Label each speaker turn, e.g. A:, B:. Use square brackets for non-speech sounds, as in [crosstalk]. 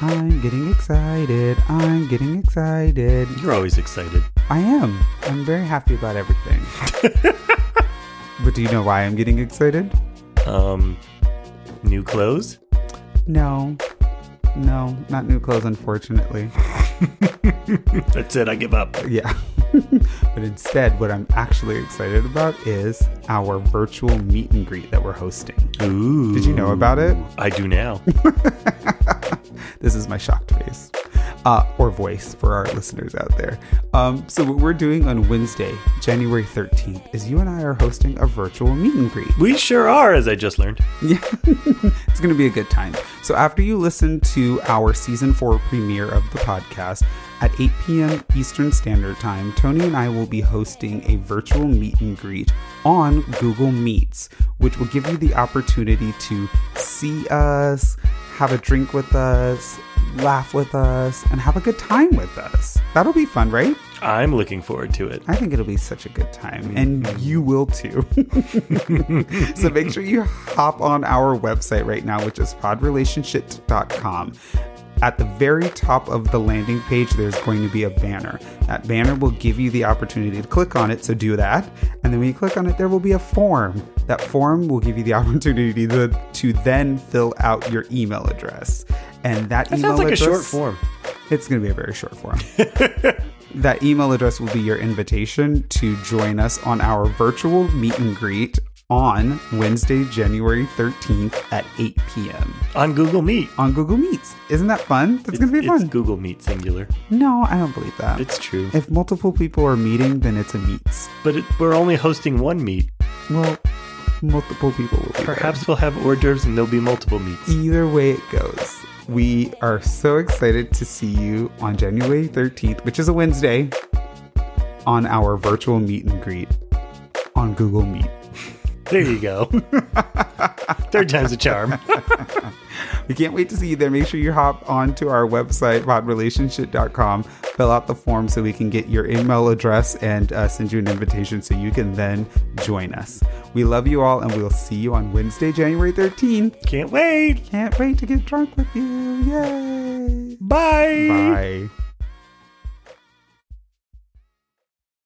A: I'm getting excited. I'm getting excited.
B: You're always excited.
A: I am. I'm very happy about everything. but do you know why I'm getting excited?
B: Um, new clothes?
A: No. No, not new clothes, unfortunately. [laughs]
B: That's it. I give up.
A: Yeah. [laughs] but instead, what I'm actually excited about is our virtual meet and greet that we're hosting.
B: Ooh.
A: Did you know about it?
B: I do now.
A: This is my shocked face uh, or voice for our listeners out there. Um, so, what we're doing on Wednesday, January 13th, is you and I are hosting a virtual meet and greet.
B: we sure are, as I just learned.
A: Yeah, it's going to be a good time. So, after you listen to our season four premiere of the podcast at 8 p.m. Eastern Standard Time, Tony and I will be hosting a virtual meet and greet on Google Meets, which will give you the opportunity to see us, have a drink with us, laugh with us, and have a good time with us. That'll be fun, right?
B: I'm looking forward to it. Mm-hmm.
A: I think it'll be such a good time, and you will too. [laughs] so make sure you hop on our website right now, which is podrelationship.com. At the very top of the landing page, there's going to be a banner. That banner will give you the opportunity to click on it, so do that. And then when you click on it, there will be a form. That form will give you the [laughs] opportunity to, to then fill out your email address. And that,
B: That
A: email
B: sounds like a
A: address,
B: short form.
A: it's going to be a very short form. [laughs] that email address will be your invitation to join us on our virtual meet and greet on Wednesday, January 13th at 8 p.m.
B: On Google Meet.
A: on Google Meets. Isn't that fun? That's going to be
B: It's
A: fun.
B: Google Meet singular.
A: No, I don't believe that.
B: It's true.
A: if multiple people are meeting, then it's a meets.
B: But it, we're only hosting one meet.
A: Well, multiple people will be there.
B: Perhaps we'll have hors d'oeuvres and there'll be multiple meets.
A: Either way it goes, we are so excited to see you on January 13th, which is a Wednesday, on our virtual meet and greet on Google Meet.
B: There
A: [laughs]
B: you go. Third time's a charm.
A: We can't wait to see you there. Make sure you hop onto our website, podrelationship.com, fill out the form so we can get your email address and uh, send you an invitation so you can then join us. We love you all, and we'll see you on Wednesday, January 13th.
B: Can't wait.
A: Can't wait to get drunk with you. Yay!
B: Bye.
A: Bye.